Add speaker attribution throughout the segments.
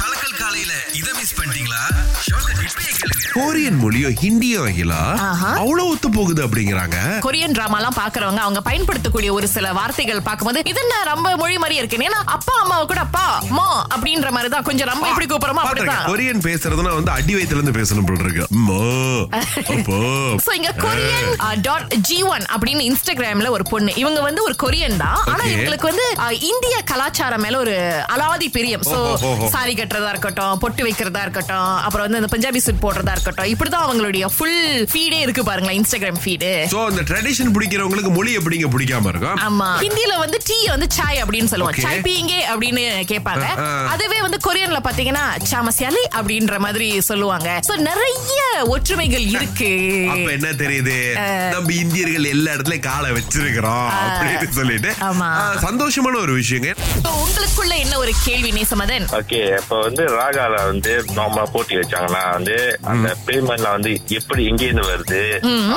Speaker 1: கலக்கல் காலையில இத மிஸ் பண்ணிட்டீங்களா ஷோக்க இப்பயே கேளுங்க
Speaker 2: கொரியன் மொழியோ ஹிந்தியோ ஆகிலா
Speaker 3: ஆஹா.
Speaker 2: அவ்வளவு ஒத்து போகுது அப்படிங்கிறாங்க
Speaker 3: கொரியன் டிராமா எல்லாம் பாக்குறவங்க அவங்க பயன்படுத்தக்கூடிய ஒரு சில வார்த்தைகள் பார்க்கும்போது இது என்ன ரொம்ப மொழி மாதிரி இருக்கு ஏன்னா அப்பா அம்மாவை கூட அப்பா அம்மா அப்படின்ற மாதிரி தான் கொஞ்சம் ரொம்ப இப்படி கூப்பிடுறோமோ
Speaker 2: பாத்திருக்கேன்.
Speaker 3: அப்படிதான்
Speaker 2: கொரியன் பேசுறதுன்னா வந்து அடி வயித்துல இருந்து பேசணும் போல இருக்கு அம்மா, அப்பா.
Speaker 3: சோ இங்க கொரியன் டாட் ஜி ஒன் அப்படின்னு இன்ஸ்டாகிராம்ல ஒரு பொண்ணு இவங்க வந்து ஒரு கொரியன் தான் ஆனா
Speaker 2: Okay.
Speaker 3: இவங்களுக்கு வந்து அ, இந்திய கலாச்சாரம் மேல ஒரு அலாதி பிரியம் சோ
Speaker 2: ஓஹோ, ஓஹோ.
Speaker 3: சாரி கட்டுறதா இருக்கட்டும் பொட்டு வைக்கிறதா இருக்கட்டும் அப்புறம் வந்து அந்த பஞ்சாபி சூட் போடுறதா இருக்கட்டும் இப்படிதான் அவங்களுடைய ஃபுல் ஃபீடே இருக்கு பாருங்களேன் இன்ஸ்டாகிராம் ஃபீடு
Speaker 2: So, அந்த ட்ரெடிஷன் பிடிக்கிறவங்களுக்கு மொழி எப்படிங்க பிடிக்காம இருக்கும்
Speaker 3: ஆமா ஹிந்தில வந்து டீ வந்து சாய் அப்படின்னு சொல்லுவோம்
Speaker 2: Okay.
Speaker 3: சாய் பீங்கே அப்படின்னு கேட்பாங்க
Speaker 2: ஆ, ஆ.
Speaker 3: அதுவே வந்து கொரியன்ல பாத்தீங்கன்னா சாமசியாலி அப்படின்ற மாதிரி சொல்லுவாங்க சோ நிறைய ஒற்றுமைகள் இருக்கு
Speaker 2: அப்ப என்ன தெரியுது நம்ம இந்தியர்கள் எல்லா இடத்துலயும் காலை வச்சிருக்கிறோம் அப்படின்னு சொல்லிட்டு
Speaker 3: ஆமா.
Speaker 2: ஆ, சந்தோஷமான ஒரு விஷயங்க
Speaker 3: So, உங்களுக்குள்ள என்ன ஒரு கேள்வி நேசமதன்
Speaker 4: ஓகே அப்ப வந்து ராகால வந்து நார்மலா போட்டி வச்சாங்கன்னா வந்து அந்த பேமெண்ட்ல வந்து எப்படி எங்க இருந்து வருது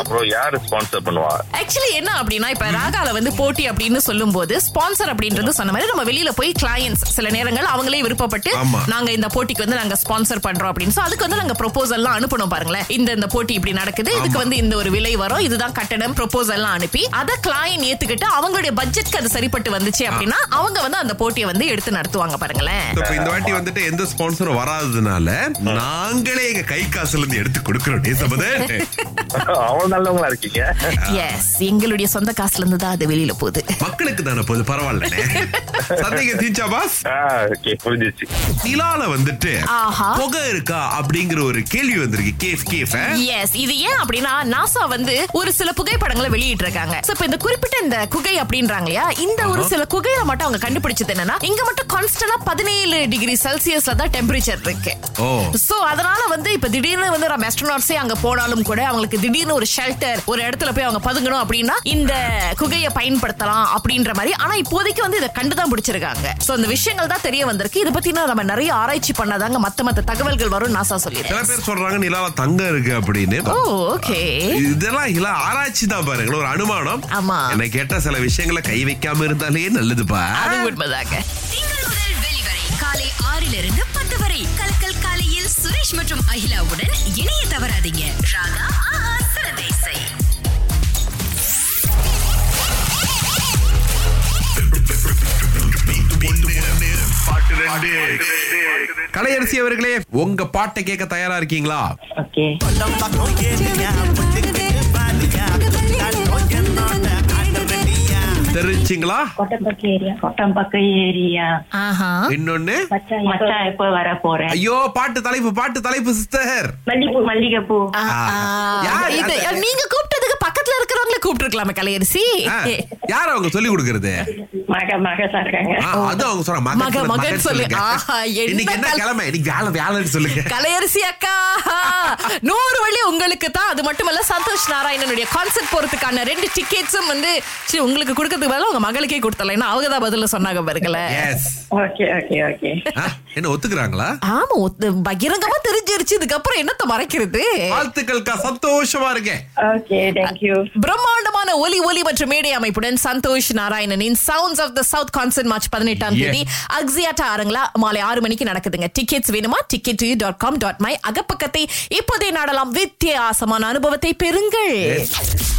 Speaker 4: அப்புறம் யாரு ஸ்பான்சர் பண்ணுவா
Speaker 3: ஆக்சுவலி என்ன அப்படின்னா இப்ப ராகால வந்து போட்டி அப்படின்னு சொல்லும் போது ஸ்பான்சர் அப்படின்றது சொன்ன மாதிரி நம்ம வெளியில போய் கிளையன்ஸ் சில நேரங்கள் அவங்களே விருப்பப்பட்டு
Speaker 2: ஆமா.
Speaker 3: நாங்க இந்த போட்டிக்கு வந்து நாங்க ஸ்பான்சர் பண்றோம் அப்படின்னு சோ அதுக்கு வந்து நாங்க ப்ரொபோசல் எல்லாம் அனுப்பணும் பாருங்களேன் இந்த இந்த போட்டி இப்படி நடக்குது இதுக்கு வந்து இந்த ஒரு விலை வரும் இதுதான் கட்டணம் ப்ரொபோசல் எல்லாம் அனுப்பி அதை கிளையன் ஏத்துக்கிட்டு அவங்களுடைய பட்ஜெட்க்கு அது சரிப்பட்டு வந்துச்சு அப்படின்னா அவங்க வந்து அந்த போட்டியை வந்து எடுத்து நடத்துவாங்க பாருங்களேன்
Speaker 2: இப்ப இந்த வாட்டி வந்துட்டு எந்த ஸ்பான்சரும் வராததுனால நாங்களே எங்க கை காசுல இருந்து எடுத்து கொடுக்கிறோம் நேசபதன்
Speaker 4: அவ்வளவு நல்லவங்களா இருக்கீங்க
Speaker 3: எஸ் எங்களுடைய சொந்த காசுல இருந்து தான் அது வெளியில போகுது
Speaker 2: மக்களுக்கு தானே போது பரவாயில்ல சந்தேகம் தீச்சா பாஸ்
Speaker 4: ஓகே புரிஞ்சிச்சு
Speaker 2: நிலால வந்துட்டு
Speaker 3: ஆஹா.
Speaker 2: புகை இருக்கா அப்படிங்கிற ஒரு கேள்வி வந்திருக்கு கேஃப் கேஃப்
Speaker 3: எஸ் இது ஏன் அப்படின்னா நாசா வந்து ஒரு சில புகைப்படங்களை வெளியிட்டு இருக்காங்க So, இப்ப இந்த குறிப்பிட்ட இந்த குகை அப்படின்றாங்க இல்லையா இந்த ஒரு சில குகையில மட்டும் அவங்க கண்டுபிடிச்சது என்னன்னா இங்க மட்டும் கான்ஸ்டன்டா பதினேழு டிகிரி செல்சியஸ்ல தான் டெம்பரேச்சர் இருக்கு
Speaker 2: ஓ.
Speaker 3: சோ அதனால வந்து இப்ப திடீர்னு வந்து நம்ம அஸ்ட்ரோநாட்ஸே அங்க போனாலும் கூட அவங்களுக்கு திடீர்னு ஒரு ஷெல்டர் ஒரு இடத்துல போய் அவங்க பதுங்கணும் அப்படின்னா இந்த குகையை பயன்படுத்தலாம் அப்படின்ற மாதிரி ஆனா இப்போதைக்கு வந்து இதை கண்டுதான் பிடிச்சிருக்காங்க சோ அந்த விஷயங்கள் தான் தெரிய வந்திருக்கு இதை பத்தினா நம்ம நிறைய ஆராய்ச்சி பண்ணாதாங்க மத்த மத்த தகவல்கள் வரும் நாசா
Speaker 2: சில
Speaker 3: சொல்லிடுறேன்
Speaker 2: பேர் சொல்றாங்க நிலால தங்கம் இருக்கு அப்படின்னு
Speaker 3: ஓ ஓகே
Speaker 2: இதெல்லாம் இல்ல ஆராய்ச்சி தான் பாருங்களேன் ஒரு அனுமானம்
Speaker 3: ஆமா.
Speaker 2: என்ன கேட்டா சில விஷயங்களை கை வைக்காம இருந்தாலே நல்லதுப்பா
Speaker 3: அது உண்மைதாங்க
Speaker 5: திங்கள் முதல் வெளிவரை காலை ஆறிலிருந்து பத்து வரை கலக்கல் காலையில் சுரேஷ் மற்றும் அகிலாவுடன் இணைய தவறாதீங்க ராகா ஆஹா சரதேசை
Speaker 2: கலையரசி அவர்களே உங்க பாட்டை கேட்க தயாரா இருக்கீங்களா தெரிஞ்சுங்களா
Speaker 6: கொட்டம்பக்கு ஏரியா கொட்டம்பக்கு ஏரியா
Speaker 3: ஆஹா
Speaker 2: இன்னொன்னு
Speaker 6: மச்சான் எப்போ வர போறேன்
Speaker 2: ஐயோ பாட்டு தலைப்பு பாட்டு தலைப்பு சிஸ்டர்
Speaker 6: மல்லிகைப்பூ மல்லிகைப்பூ
Speaker 3: ஆ, ஆ.
Speaker 2: யார்
Speaker 3: இது
Speaker 2: அந்த-
Speaker 3: நீங்க கூப்பிட்டதுக்கு பக்கத்துல இருக்கிறவங்கள கூப்பிட்டுருக்கலாமே கலையரசி
Speaker 2: யார் அவங்க சொல்லி கொடுக்கறது
Speaker 6: மக மகசா இருக்காங்க
Speaker 2: ஆ, அது அவங்க சொல்ற மகன்
Speaker 3: மகன்,
Speaker 2: சொல்லுங்க,
Speaker 3: மகன்
Speaker 2: மகன்
Speaker 3: சொல்லு.
Speaker 2: சொல்லுங்க.
Speaker 3: ஆஹா, என்ன
Speaker 2: இன்னைக்கு என்ன
Speaker 3: கல்-
Speaker 2: கிழமை இன்னைக்கு வேலை வேலைன்னு சொல்லுங்க
Speaker 3: கலையரசி அக்கா நூறு வழி உங்களுக்கு தான் அது மட்டுமல்ல சந்தோஷ் நாராயணனுடைய கான்சர்ட் போறதுக்கான ரெண்டு டிக்கெட்ஸும் வந்து சரி உங்களுக்கு கொடுக்கறதுக்கு பதிலா உங்க மகளுக்கே கொடுத்தல ஏன்னா அவங்க தான் பதில சொன்னாங்க பாருங்களேன்
Speaker 2: எஸ்
Speaker 6: ஓகே ஓகே ஓகே
Speaker 2: என்ன ஒத்துக்குறாங்களா
Speaker 3: ஆமா ஒத்து- பகிரங்கமா தெரிஞ்சிருச்சு இதுக்கப்புறம் என்னத்த மறைக்கிறது
Speaker 2: வாழ்த்துக்கள்க்கா சந்தோஷமா இருக்கேன்
Speaker 6: ஓகே தேங்க்யூ
Speaker 3: பிரம்மாண்டமான ஒலி ஒலி மற்றும் மேடை அமைப்புடன் சந்தோஷ் நாராயணனின் sounds of the south concert March பதினெட்டாம்
Speaker 2: Yeah.
Speaker 3: தேதி அக்ஸியாட்டா அரங்கிலா மாலை ஆறு மணிக்கு நடக்குதுங்க டிக்கெட்ஸ் வேணுமா ticket dot com dot my அகப்பக்கத்தை இப்போதே நாடலாம் வித்தியாசமான அனுபவத்தை பெறுங்கள்